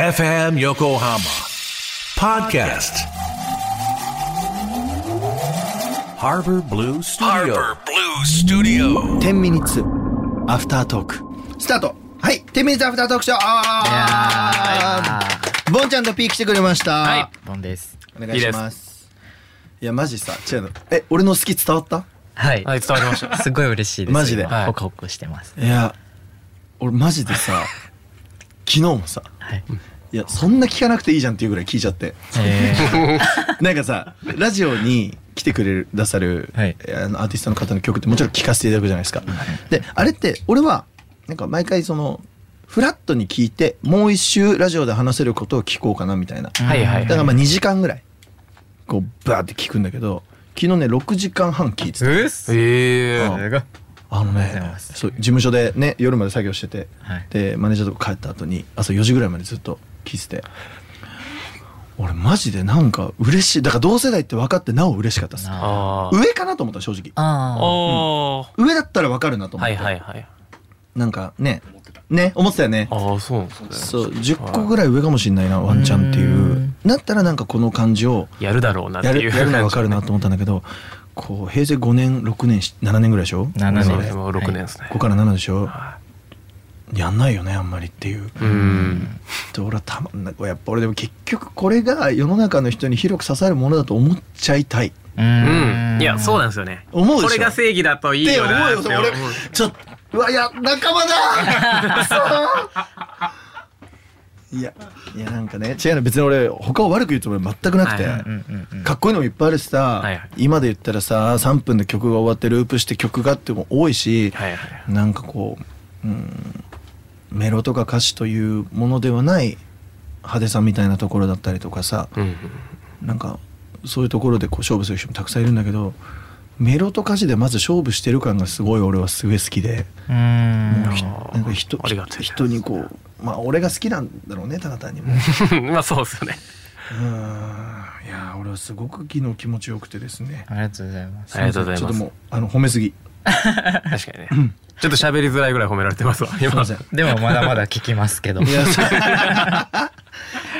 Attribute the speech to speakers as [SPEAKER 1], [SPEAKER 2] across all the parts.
[SPEAKER 1] FM Yokohama Podcast Harbor Blue Studio
[SPEAKER 2] Harbor Blue Studio.
[SPEAKER 3] 10ミニッツアフタートーク
[SPEAKER 4] スタートはい天秤座アフター特集あーボンちゃんとピー来てくれました、
[SPEAKER 5] はい、ボンです。
[SPEAKER 4] お願いしますいやマジさ違うのえ俺の好き伝わった
[SPEAKER 5] はい。
[SPEAKER 2] はい、伝わりま した。
[SPEAKER 5] すごい嬉しいです。
[SPEAKER 4] マジで
[SPEAKER 5] 今
[SPEAKER 2] はい
[SPEAKER 5] ホクホクしてます。
[SPEAKER 4] いや俺マジでさ 昨日もさ
[SPEAKER 5] はい。
[SPEAKER 4] いやそんな聞かなくていいじゃんっていうぐらい聞いちゃって
[SPEAKER 5] え
[SPEAKER 4] なんかさラジオに来てくれる出さる、
[SPEAKER 5] はい
[SPEAKER 4] えーあのアーティストの方の曲ってもちろん聴かせていただくじゃないですか。であれって俺はなんか毎回そのフラットに聞いてもう一周ラジオで話せることを聞こうかなみたいな。
[SPEAKER 5] ー、はいは
[SPEAKER 4] だからまあ2時間ぐらいこうバーって聞くんだけど昨日ね6時間半聞いてた
[SPEAKER 5] うっす。すごい。
[SPEAKER 2] ええ
[SPEAKER 4] あの
[SPEAKER 5] りがとうござい
[SPEAKER 4] ね
[SPEAKER 5] ます
[SPEAKER 4] そう事務所でね夜まで作業してて、
[SPEAKER 5] はい
[SPEAKER 4] でマネージャーとか帰った後に朝4時ぐらいまでずっと聞いてて俺マジでなんか嬉しいだから同世代って分かってなお嬉しかったです
[SPEAKER 5] あ
[SPEAKER 2] あー
[SPEAKER 4] 上かなと思った正直
[SPEAKER 5] あー。
[SPEAKER 2] あー。
[SPEAKER 4] 上だったら分かるなと思っ
[SPEAKER 2] は
[SPEAKER 4] て、
[SPEAKER 2] いはいはい。
[SPEAKER 4] なんかねね思ってたよね
[SPEAKER 2] ああ、そうなんですね。
[SPEAKER 4] そう10個ぐらい上かもしんないなワンチャンっていうだったらなんかこの感じを
[SPEAKER 2] やるだろうなって
[SPEAKER 4] やる
[SPEAKER 2] いう
[SPEAKER 4] やるのは分かるなと思ったんだけどこう平成5年6年し7年ぐらいでしょ
[SPEAKER 5] 7
[SPEAKER 2] そう
[SPEAKER 5] 年
[SPEAKER 2] ですね。もう6年ですね。
[SPEAKER 4] 5から7でしょ
[SPEAKER 2] は
[SPEAKER 4] やんないよねあんまりっていう
[SPEAKER 2] いうん。
[SPEAKER 4] で俺はたまんなやっぱ俺でも結局これが世の中の人に広く刺さるものだと思っちゃいたいっ
[SPEAKER 5] う
[SPEAKER 2] うん。いや、そう
[SPEAKER 5] だ。
[SPEAKER 2] なんですよね。
[SPEAKER 4] 思うでしょ
[SPEAKER 2] これが正義だといい
[SPEAKER 4] て
[SPEAKER 2] よ
[SPEAKER 4] 思う
[SPEAKER 2] な
[SPEAKER 4] よ
[SPEAKER 2] って
[SPEAKER 4] 俺
[SPEAKER 2] 思う
[SPEAKER 4] ちょっとうわいや仲間 だそういやいやなんかね違うの別に俺他を悪く言うつもり全くなくて、
[SPEAKER 2] はいはい
[SPEAKER 5] うんうんうん。
[SPEAKER 4] かっこいいのもいっぱいあるしさ、
[SPEAKER 2] はいはい
[SPEAKER 4] 今で言ったらさ3分で曲が終わってループして曲がっても多いし、
[SPEAKER 2] はいはい。
[SPEAKER 4] なんかこう、うん、メロとか歌詞というものではない派手さみたいなところだったりとかさ
[SPEAKER 2] うんうん。
[SPEAKER 4] なんかそういうところでこう勝負する人もたくさんいるんだけどメロと歌詞でまず勝負してる感がすごい俺はすごい好きで、
[SPEAKER 5] うーん。
[SPEAKER 4] ひ
[SPEAKER 2] あー
[SPEAKER 4] なんか人
[SPEAKER 2] ありがとうございます
[SPEAKER 4] 人にこうまあ俺が好きなんだろうねただ単 にもう
[SPEAKER 2] まあそうですよね。
[SPEAKER 4] うんいやー俺はすごく昨日気持ちよくてですね
[SPEAKER 5] ありがとうございます。
[SPEAKER 2] ありがとうござい
[SPEAKER 4] ちょ
[SPEAKER 2] ま
[SPEAKER 4] っと
[SPEAKER 2] す
[SPEAKER 4] も。うあの褒めすぎ
[SPEAKER 2] 確かにね。ちょっと喋りづらいぐらい褒められてますわ。
[SPEAKER 4] すい
[SPEAKER 2] 今
[SPEAKER 4] ません
[SPEAKER 5] でもまだまだ聞きますけど。
[SPEAKER 4] いやそう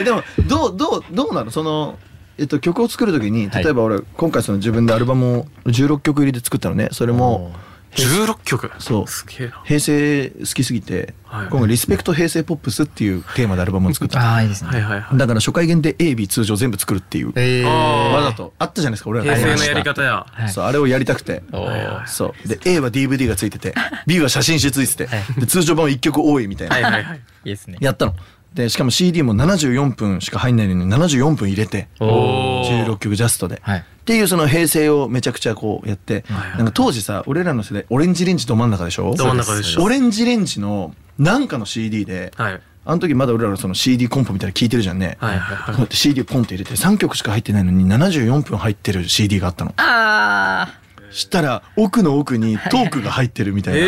[SPEAKER 4] えでもどうどうどうなのその、えっと、曲を作る時に
[SPEAKER 5] はい
[SPEAKER 4] 例えば俺、今回その自分でアルバムを16曲入りで作ったのねそれも
[SPEAKER 2] 16曲。
[SPEAKER 4] そう
[SPEAKER 2] すげえな。
[SPEAKER 4] 平成好きすぎて、
[SPEAKER 2] はい
[SPEAKER 4] 今回「リスペクト平成ポップス」っていうテーマでアルバムを作った
[SPEAKER 5] ああ、いいです
[SPEAKER 2] はい
[SPEAKER 5] ね。
[SPEAKER 2] はいはい。
[SPEAKER 4] だから初回限定 AB 通常全部作るっていう
[SPEAKER 5] ええ。
[SPEAKER 2] あー
[SPEAKER 4] わざとあったじゃないですか俺ら
[SPEAKER 2] 平成
[SPEAKER 5] ありま
[SPEAKER 2] の
[SPEAKER 5] した
[SPEAKER 2] やり方や。
[SPEAKER 5] はい
[SPEAKER 4] そうあれをやりたくて
[SPEAKER 5] おー
[SPEAKER 4] そうで A は DVD がついてて B は写真集ついててで通常版は1曲多いみたいな
[SPEAKER 2] はいはいはい。
[SPEAKER 5] いいですね。
[SPEAKER 4] やったの。で、しかも CD も74分しか入んないのに74分入れて、
[SPEAKER 2] おー
[SPEAKER 4] 16曲ジャストで。
[SPEAKER 5] はい。
[SPEAKER 4] っていうその平成をめちゃくちゃこうやって、
[SPEAKER 2] はい
[SPEAKER 4] なんか当時さ、俺らの世代、オレンジレンジど真ん中でしょ
[SPEAKER 2] ど真ん中でしょ
[SPEAKER 4] オレンジレンジのなんかの CD で、
[SPEAKER 2] はい。
[SPEAKER 4] あの時まだ俺らのその CD コンポみたいなの聞いてるじゃんね。
[SPEAKER 2] はいはいは
[SPEAKER 4] こ
[SPEAKER 2] い
[SPEAKER 4] うやって CD ポンって入れて3曲しか入ってないのに74分入ってる CD があったの。
[SPEAKER 5] あ
[SPEAKER 4] したら奥の奥にトークが入ってるみたいな、
[SPEAKER 2] え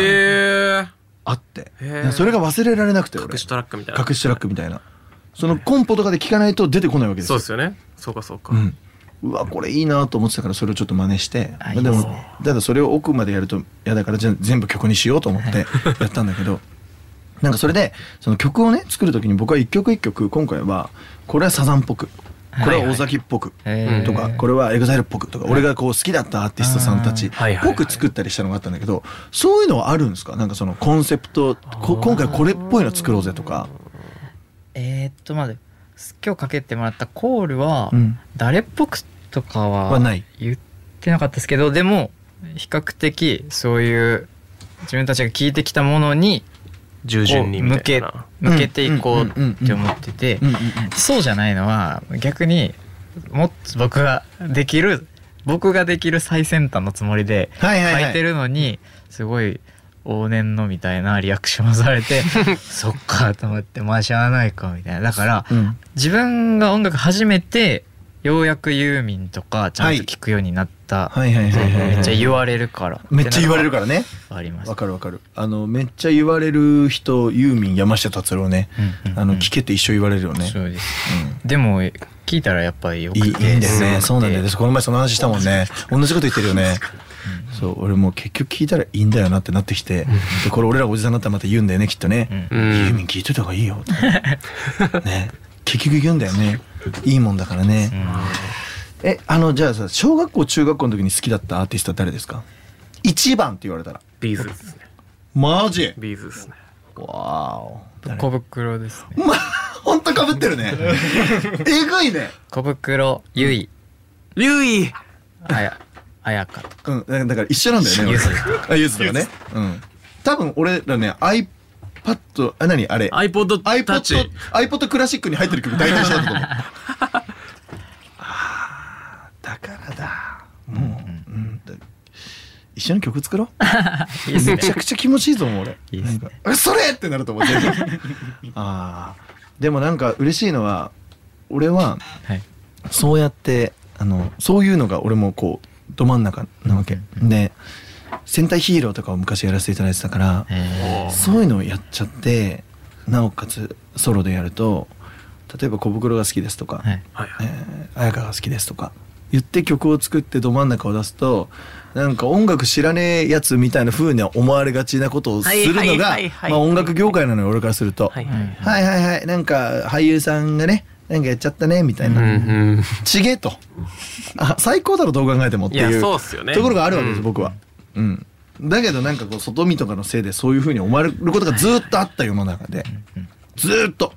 [SPEAKER 2] え。
[SPEAKER 4] あって
[SPEAKER 2] へー。
[SPEAKER 4] それが忘れられなくて俺
[SPEAKER 2] 隠。しトラックみたいな。
[SPEAKER 4] 隠しトラックみたいなそのコンポとかで聞かないと出てこないわけです
[SPEAKER 2] そう
[SPEAKER 4] よ
[SPEAKER 2] ですよね。そうかそうか。
[SPEAKER 4] うん、うわこれいいなと思ってたからそれをちょっと真似して
[SPEAKER 5] あ
[SPEAKER 4] で
[SPEAKER 5] いい
[SPEAKER 4] も
[SPEAKER 5] ですね
[SPEAKER 4] ただそれを奥までやると嫌だからじゃあ全部曲にしようと思ってやったんだけどなんかそれでその曲をね作る時に僕は一曲一曲今回はこれはサザンっぽくこれは尾崎っぽく
[SPEAKER 5] あ。ええ。
[SPEAKER 4] とかこれはエグザイルっぽくとか俺がこう好きだったアーティストさんたちっ
[SPEAKER 2] ーはいはいはい
[SPEAKER 4] ぽく作ったりしたのがあったんだけどそういうのはあるんですかなんかそのコンセプトこ今回これっぽいの作ろうぜとか。
[SPEAKER 5] えーっと、まだ、今日かけてもらったコールは
[SPEAKER 4] う、ん
[SPEAKER 5] 誰っぽくとかは
[SPEAKER 4] はない
[SPEAKER 5] 言ってなかったですけどでも比較的そういう自分たちが聞いてきたものに
[SPEAKER 2] 従
[SPEAKER 5] こう
[SPEAKER 2] 順にみ
[SPEAKER 5] 向
[SPEAKER 2] たい
[SPEAKER 5] け
[SPEAKER 2] な。
[SPEAKER 5] 向けていこ
[SPEAKER 4] うんうんうんうん
[SPEAKER 5] うって思ってて
[SPEAKER 4] うんうんうん
[SPEAKER 5] そうじゃないのは逆にもっと僕ができる僕ができる最先端のつもりで
[SPEAKER 4] はいはいはい
[SPEAKER 5] 書いてるのにすごい往年のみたいなリアクションをされ てそっかと思ってまあしゃあないかみたいなだから
[SPEAKER 4] うん
[SPEAKER 5] 自分が音楽始めてようやくユーミンとかちゃんと聞くようになった、
[SPEAKER 4] はいはいはいはいはい
[SPEAKER 5] めっちゃ言われるから
[SPEAKER 4] めっちゃ言われる
[SPEAKER 5] か
[SPEAKER 4] からね
[SPEAKER 5] らあります
[SPEAKER 4] わかるわかるあのめっちゃ言われる人ユーミン山下達郎ね、
[SPEAKER 5] うんうん
[SPEAKER 4] あの聞けて一生言われるよね、
[SPEAKER 5] そうです、でも聞いたらやっぱりよ
[SPEAKER 4] いいいい
[SPEAKER 5] くて
[SPEAKER 4] んですね
[SPEAKER 5] ごくて
[SPEAKER 4] そうなんだよこの前その話したもんね同じこと言ってるよねそう俺もう結局聞いたらいいんだよなってなってきてでこれ俺らおじさんになったらまた言うんだよねきっとね「
[SPEAKER 2] う
[SPEAKER 4] ユ
[SPEAKER 2] ん
[SPEAKER 4] ーミン聞いといた方がいい よ」ね結局言うんだよねいいもんだからね、えあのじゃあさ小学校中学校の時に好きだったアーティストは誰ですか一番って言われたら
[SPEAKER 2] ビーズですね。
[SPEAKER 4] マジ
[SPEAKER 2] ビーズですね。
[SPEAKER 4] わお
[SPEAKER 5] 小袋ですね
[SPEAKER 4] ま本当かぶってる ねえぐいね
[SPEAKER 5] 小袋ゆい
[SPEAKER 2] ゆい
[SPEAKER 5] あやあやかとか
[SPEAKER 4] うんだから一緒なんだ よね
[SPEAKER 5] ゆず
[SPEAKER 4] あゆずとかねうん多分俺らね iPad あ何あれ iPod
[SPEAKER 2] iPod Touch。
[SPEAKER 4] iPod クラシックに入ってる曲大体一緒だと 思うあーだからだもう、うんだ一緒に曲作ろう
[SPEAKER 5] いいです
[SPEAKER 4] め
[SPEAKER 5] ね
[SPEAKER 4] ちゃくちゃ気持ちいいと思う俺
[SPEAKER 5] いいっすね
[SPEAKER 4] なんかそれってなると思う全部 ああでもなんか嬉しいのは俺は
[SPEAKER 5] はい
[SPEAKER 4] そうやってあのそういうのが俺もこうど真ん中なわけで戦隊ヒーローとかを昔やらせていただいてたから
[SPEAKER 5] え
[SPEAKER 4] そういうのをやっちゃってなおかつソロでやると例えば「小袋が好きです」とか
[SPEAKER 5] ーはい
[SPEAKER 2] はい
[SPEAKER 4] えー彩香が好きですとか言って曲を作ってど真ん中を出すとなんか音楽知らねえやつみたいな風には思われがちなことをするのが
[SPEAKER 2] はいはいはいはい
[SPEAKER 4] まあ音楽業界なのよ俺からすると「は
[SPEAKER 2] はいい。
[SPEAKER 5] はい
[SPEAKER 4] はいはいなんか俳優さんがねなんかやっちゃったね」みたいな「
[SPEAKER 2] うん。
[SPEAKER 4] ちげえ」とあ「最高だろどう考えても」って
[SPEAKER 2] い
[SPEAKER 4] い
[SPEAKER 2] や
[SPEAKER 4] う
[SPEAKER 2] そうっすよね
[SPEAKER 4] ところがあるわけです
[SPEAKER 2] うん
[SPEAKER 4] 僕は。うんだけどなんかこう外見とかのせいでそういう風に思われることがずーっとあった世の中で。ずーっと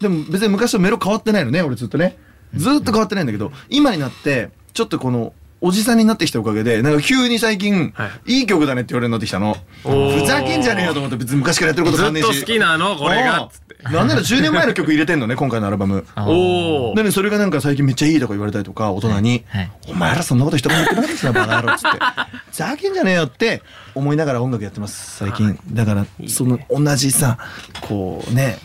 [SPEAKER 4] でも別に昔とメロ変わってないのね俺ずっとねずーっと変わってないんだけど今になってちょっとこのおじさんになってきたおかげでなんか急に最近、、
[SPEAKER 2] はい
[SPEAKER 4] い曲だねって言われるようになってきたの
[SPEAKER 2] おー
[SPEAKER 4] ふざけんじゃねえよと思って別に昔からやってること
[SPEAKER 2] ず
[SPEAKER 4] 変わんね
[SPEAKER 2] っ
[SPEAKER 4] え
[SPEAKER 2] と
[SPEAKER 4] し
[SPEAKER 2] 好きなのこれが
[SPEAKER 4] あー
[SPEAKER 2] っつって。
[SPEAKER 4] なんなら10年前の曲入れてんのね今回のアルバム
[SPEAKER 5] あー
[SPEAKER 2] おお
[SPEAKER 4] で。ねそれがなんか最近めっちゃいいとか言われたりとか大人に、
[SPEAKER 5] はい
[SPEAKER 4] お前らそんなこと人が言ってなかったっすなバカ野郎っつって ふざけんじゃねえよって思いながら音楽やってます最近だから
[SPEAKER 2] ね
[SPEAKER 4] その同じさこうね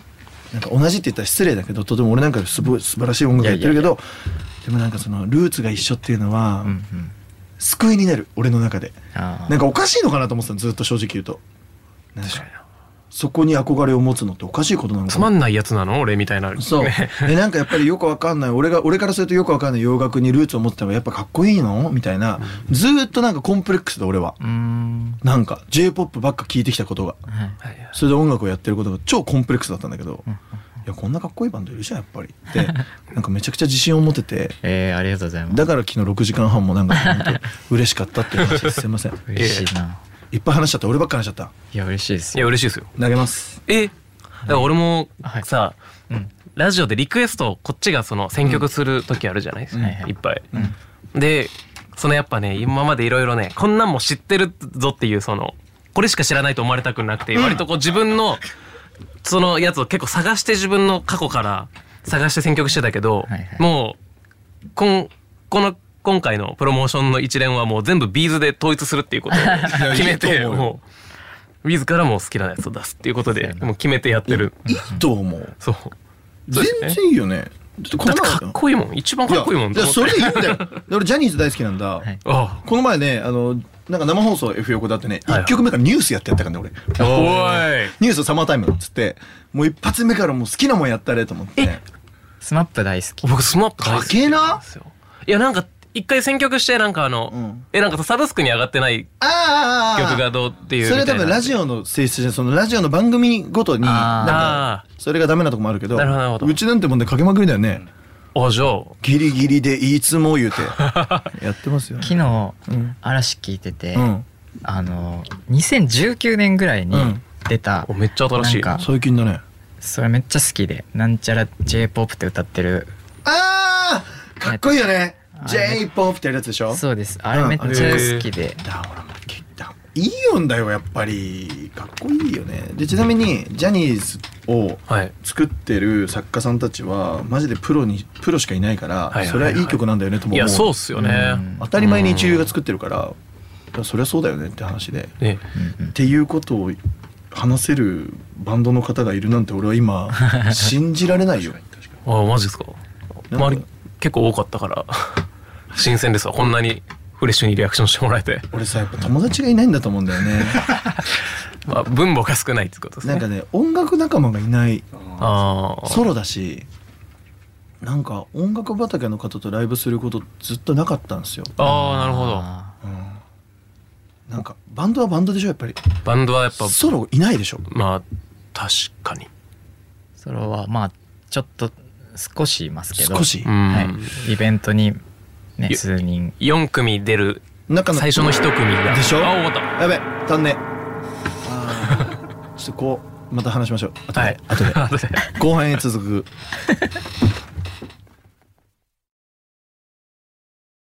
[SPEAKER 4] なんか同じって言ったら失礼だけどとても俺なんかすごい素晴らしい音楽やってるけどでもなんかそのルーツが一緒っていうのは、
[SPEAKER 5] うんうん
[SPEAKER 4] 救いになる俺の中で
[SPEAKER 5] あ
[SPEAKER 4] なん
[SPEAKER 5] ー
[SPEAKER 4] かおかしいのかなと思ってたのずっと正直言うとなんかそこに憧れを持つのっておかしいことなのか
[SPEAKER 2] つ
[SPEAKER 4] な
[SPEAKER 2] まんないやつなの俺みたいな。
[SPEAKER 4] そう。え、なんかやっぱりよくわかんない。俺が、俺からするとよくわかんない洋楽にルーツを持ってたのがやっぱかっこいいのみたいな。ずーっとなんかコンプレックスで俺は。
[SPEAKER 5] うーん
[SPEAKER 4] なんか J-POP ばっか聞いてきたことが。
[SPEAKER 5] はい
[SPEAKER 4] それで音楽をやってることが超コンプレックスだったんだけど、いや、こんなかっこいいバンドいるじゃん、やっぱり。って、なんかめちゃくちゃ自信を持てて、
[SPEAKER 5] えーありがとうございます
[SPEAKER 4] だから昨日6時間半もなんか本当嬉しかったっていう話です。すいま せん。
[SPEAKER 5] 嬉しいない
[SPEAKER 4] っぱい話しちゃった。俺ばっか話しちゃった。
[SPEAKER 5] いや嬉しいです
[SPEAKER 2] いや
[SPEAKER 5] よ
[SPEAKER 2] 嬉しいですよ。
[SPEAKER 4] 投げます。
[SPEAKER 2] え、だから俺も
[SPEAKER 5] はい
[SPEAKER 2] さ、
[SPEAKER 5] うん
[SPEAKER 2] ラジオでリクエストをこっちがその選曲する時あるじゃないですか、
[SPEAKER 5] はいはい
[SPEAKER 2] いっぱい。でそのやっぱね今までいろいろねこんなんも知ってるぞっていうそのこれしか知らないと思われたくなくて、割とこう自分のそのやつを結構探して自分の過去から探して選曲してたけど、
[SPEAKER 5] はいはい
[SPEAKER 2] もうこんこの今回のプロモーションの一連はもう全部ビーズで統一するっていうこと を決め
[SPEAKER 4] いい
[SPEAKER 2] て
[SPEAKER 4] と思うよ
[SPEAKER 2] もうビーズからも好きなやつを出すっていうことでもう決めてやってる。
[SPEAKER 4] いいと思う。
[SPEAKER 2] そう。
[SPEAKER 4] 全然いいよね。だってこ
[SPEAKER 2] だ
[SPEAKER 4] の
[SPEAKER 2] って
[SPEAKER 4] 前
[SPEAKER 2] かっこいいもん。一番かっこいいもん
[SPEAKER 4] いや
[SPEAKER 2] と
[SPEAKER 4] い
[SPEAKER 2] 思
[SPEAKER 4] や
[SPEAKER 2] っ
[SPEAKER 4] そ
[SPEAKER 2] て。
[SPEAKER 4] れ言うんだ よ。で俺ジャニーズ大好きなんだ。
[SPEAKER 5] い
[SPEAKER 2] あ
[SPEAKER 4] この前ね、あの、なんか生放送 F 横だってね、
[SPEAKER 2] はい
[SPEAKER 4] 1曲目からニュースやってやったからね、俺。
[SPEAKER 2] あ。おい。
[SPEAKER 4] ニュースサマータイムっつって、もう一発目からもう好きなもんやったれと思って。
[SPEAKER 5] スマップ大好き
[SPEAKER 2] 僕スマップ大
[SPEAKER 4] か
[SPEAKER 2] 好き
[SPEAKER 4] け
[SPEAKER 2] なん
[SPEAKER 4] な
[SPEAKER 2] ですよ。いやなんか一回選曲してなんかあの、
[SPEAKER 4] うん
[SPEAKER 2] えなんかサブスクに上がってない
[SPEAKER 4] あーあーあー
[SPEAKER 2] 曲がどうっていうみ
[SPEAKER 4] そ
[SPEAKER 2] た
[SPEAKER 4] れ
[SPEAKER 2] いな。
[SPEAKER 4] は多分ラジオの性質で、そのラジオの番組ごとに、なんか、
[SPEAKER 2] あ
[SPEAKER 4] それがダメなとこもあるけど、
[SPEAKER 2] なるほどなるほど
[SPEAKER 4] うちなんてもんね、かけまくりだよね。
[SPEAKER 2] あ。おじゃあ。
[SPEAKER 4] ギリギリでいつも 言うて、やってますよ。
[SPEAKER 5] 昨日
[SPEAKER 4] うん。
[SPEAKER 5] 嵐聞いてて、
[SPEAKER 4] うん。
[SPEAKER 5] あの2019年ぐらいに
[SPEAKER 4] うん
[SPEAKER 5] 出た、
[SPEAKER 2] おめっちゃ新しい。
[SPEAKER 5] なんか
[SPEAKER 4] 最近だね。
[SPEAKER 5] それめっちゃ好きでなんちゃら j p o p って歌ってる
[SPEAKER 4] ああかっこいいよね。
[SPEAKER 5] あれ
[SPEAKER 4] J-POP ってやるやつでしょ
[SPEAKER 5] そうですあれめっちゃ好きで、
[SPEAKER 4] だほらもう聞いたいい音だよやっぱりかっこいいよねでちなみにジャニーズを
[SPEAKER 2] はい。
[SPEAKER 4] 作ってる作家さんたちはマジでプロにプロしかいないから、
[SPEAKER 2] はいはいはい
[SPEAKER 4] それはいい曲なんだよねとも
[SPEAKER 2] い
[SPEAKER 4] 思う
[SPEAKER 2] やそうっすよね。
[SPEAKER 4] 当たり前に一流が作ってるからだからそりゃそうだよねって話で、
[SPEAKER 2] ね。
[SPEAKER 4] っていうことを話せるバンドの方がいるなんて俺は 今信じられないよ
[SPEAKER 2] あマジですか。
[SPEAKER 4] なんか
[SPEAKER 2] 周り結構多かったから新鮮ですわ。こんなにフレッシュにリアクションしてもらえて。
[SPEAKER 4] 俺さやっぱ友達がいないんだと思うんだよね
[SPEAKER 2] まあ分母が少ないってことです
[SPEAKER 4] なん
[SPEAKER 2] ね。
[SPEAKER 4] かね音楽仲間がいない
[SPEAKER 2] ああ。
[SPEAKER 4] ソロだしなんか音楽畑の方とライブすることずっとなかったんですよ
[SPEAKER 2] ああなるほど。
[SPEAKER 5] あ
[SPEAKER 4] なんかバンドはバンドでしょやっぱり
[SPEAKER 2] バンドはやっぱ
[SPEAKER 4] ソロいないでしょ
[SPEAKER 2] まあ確かに
[SPEAKER 5] ソロはまあちょっと少しいますけど
[SPEAKER 4] 少し
[SPEAKER 2] うん、
[SPEAKER 5] はい、イベントにね
[SPEAKER 2] よ
[SPEAKER 5] 数人
[SPEAKER 2] 4組出る
[SPEAKER 4] 中の
[SPEAKER 2] 最初の一組が
[SPEAKER 4] でしょ
[SPEAKER 2] あ終わった
[SPEAKER 4] やべ足んね あーちょっとこうまた話しましょう後で、
[SPEAKER 5] はい
[SPEAKER 4] 後で
[SPEAKER 2] あとで
[SPEAKER 4] 後半へ続く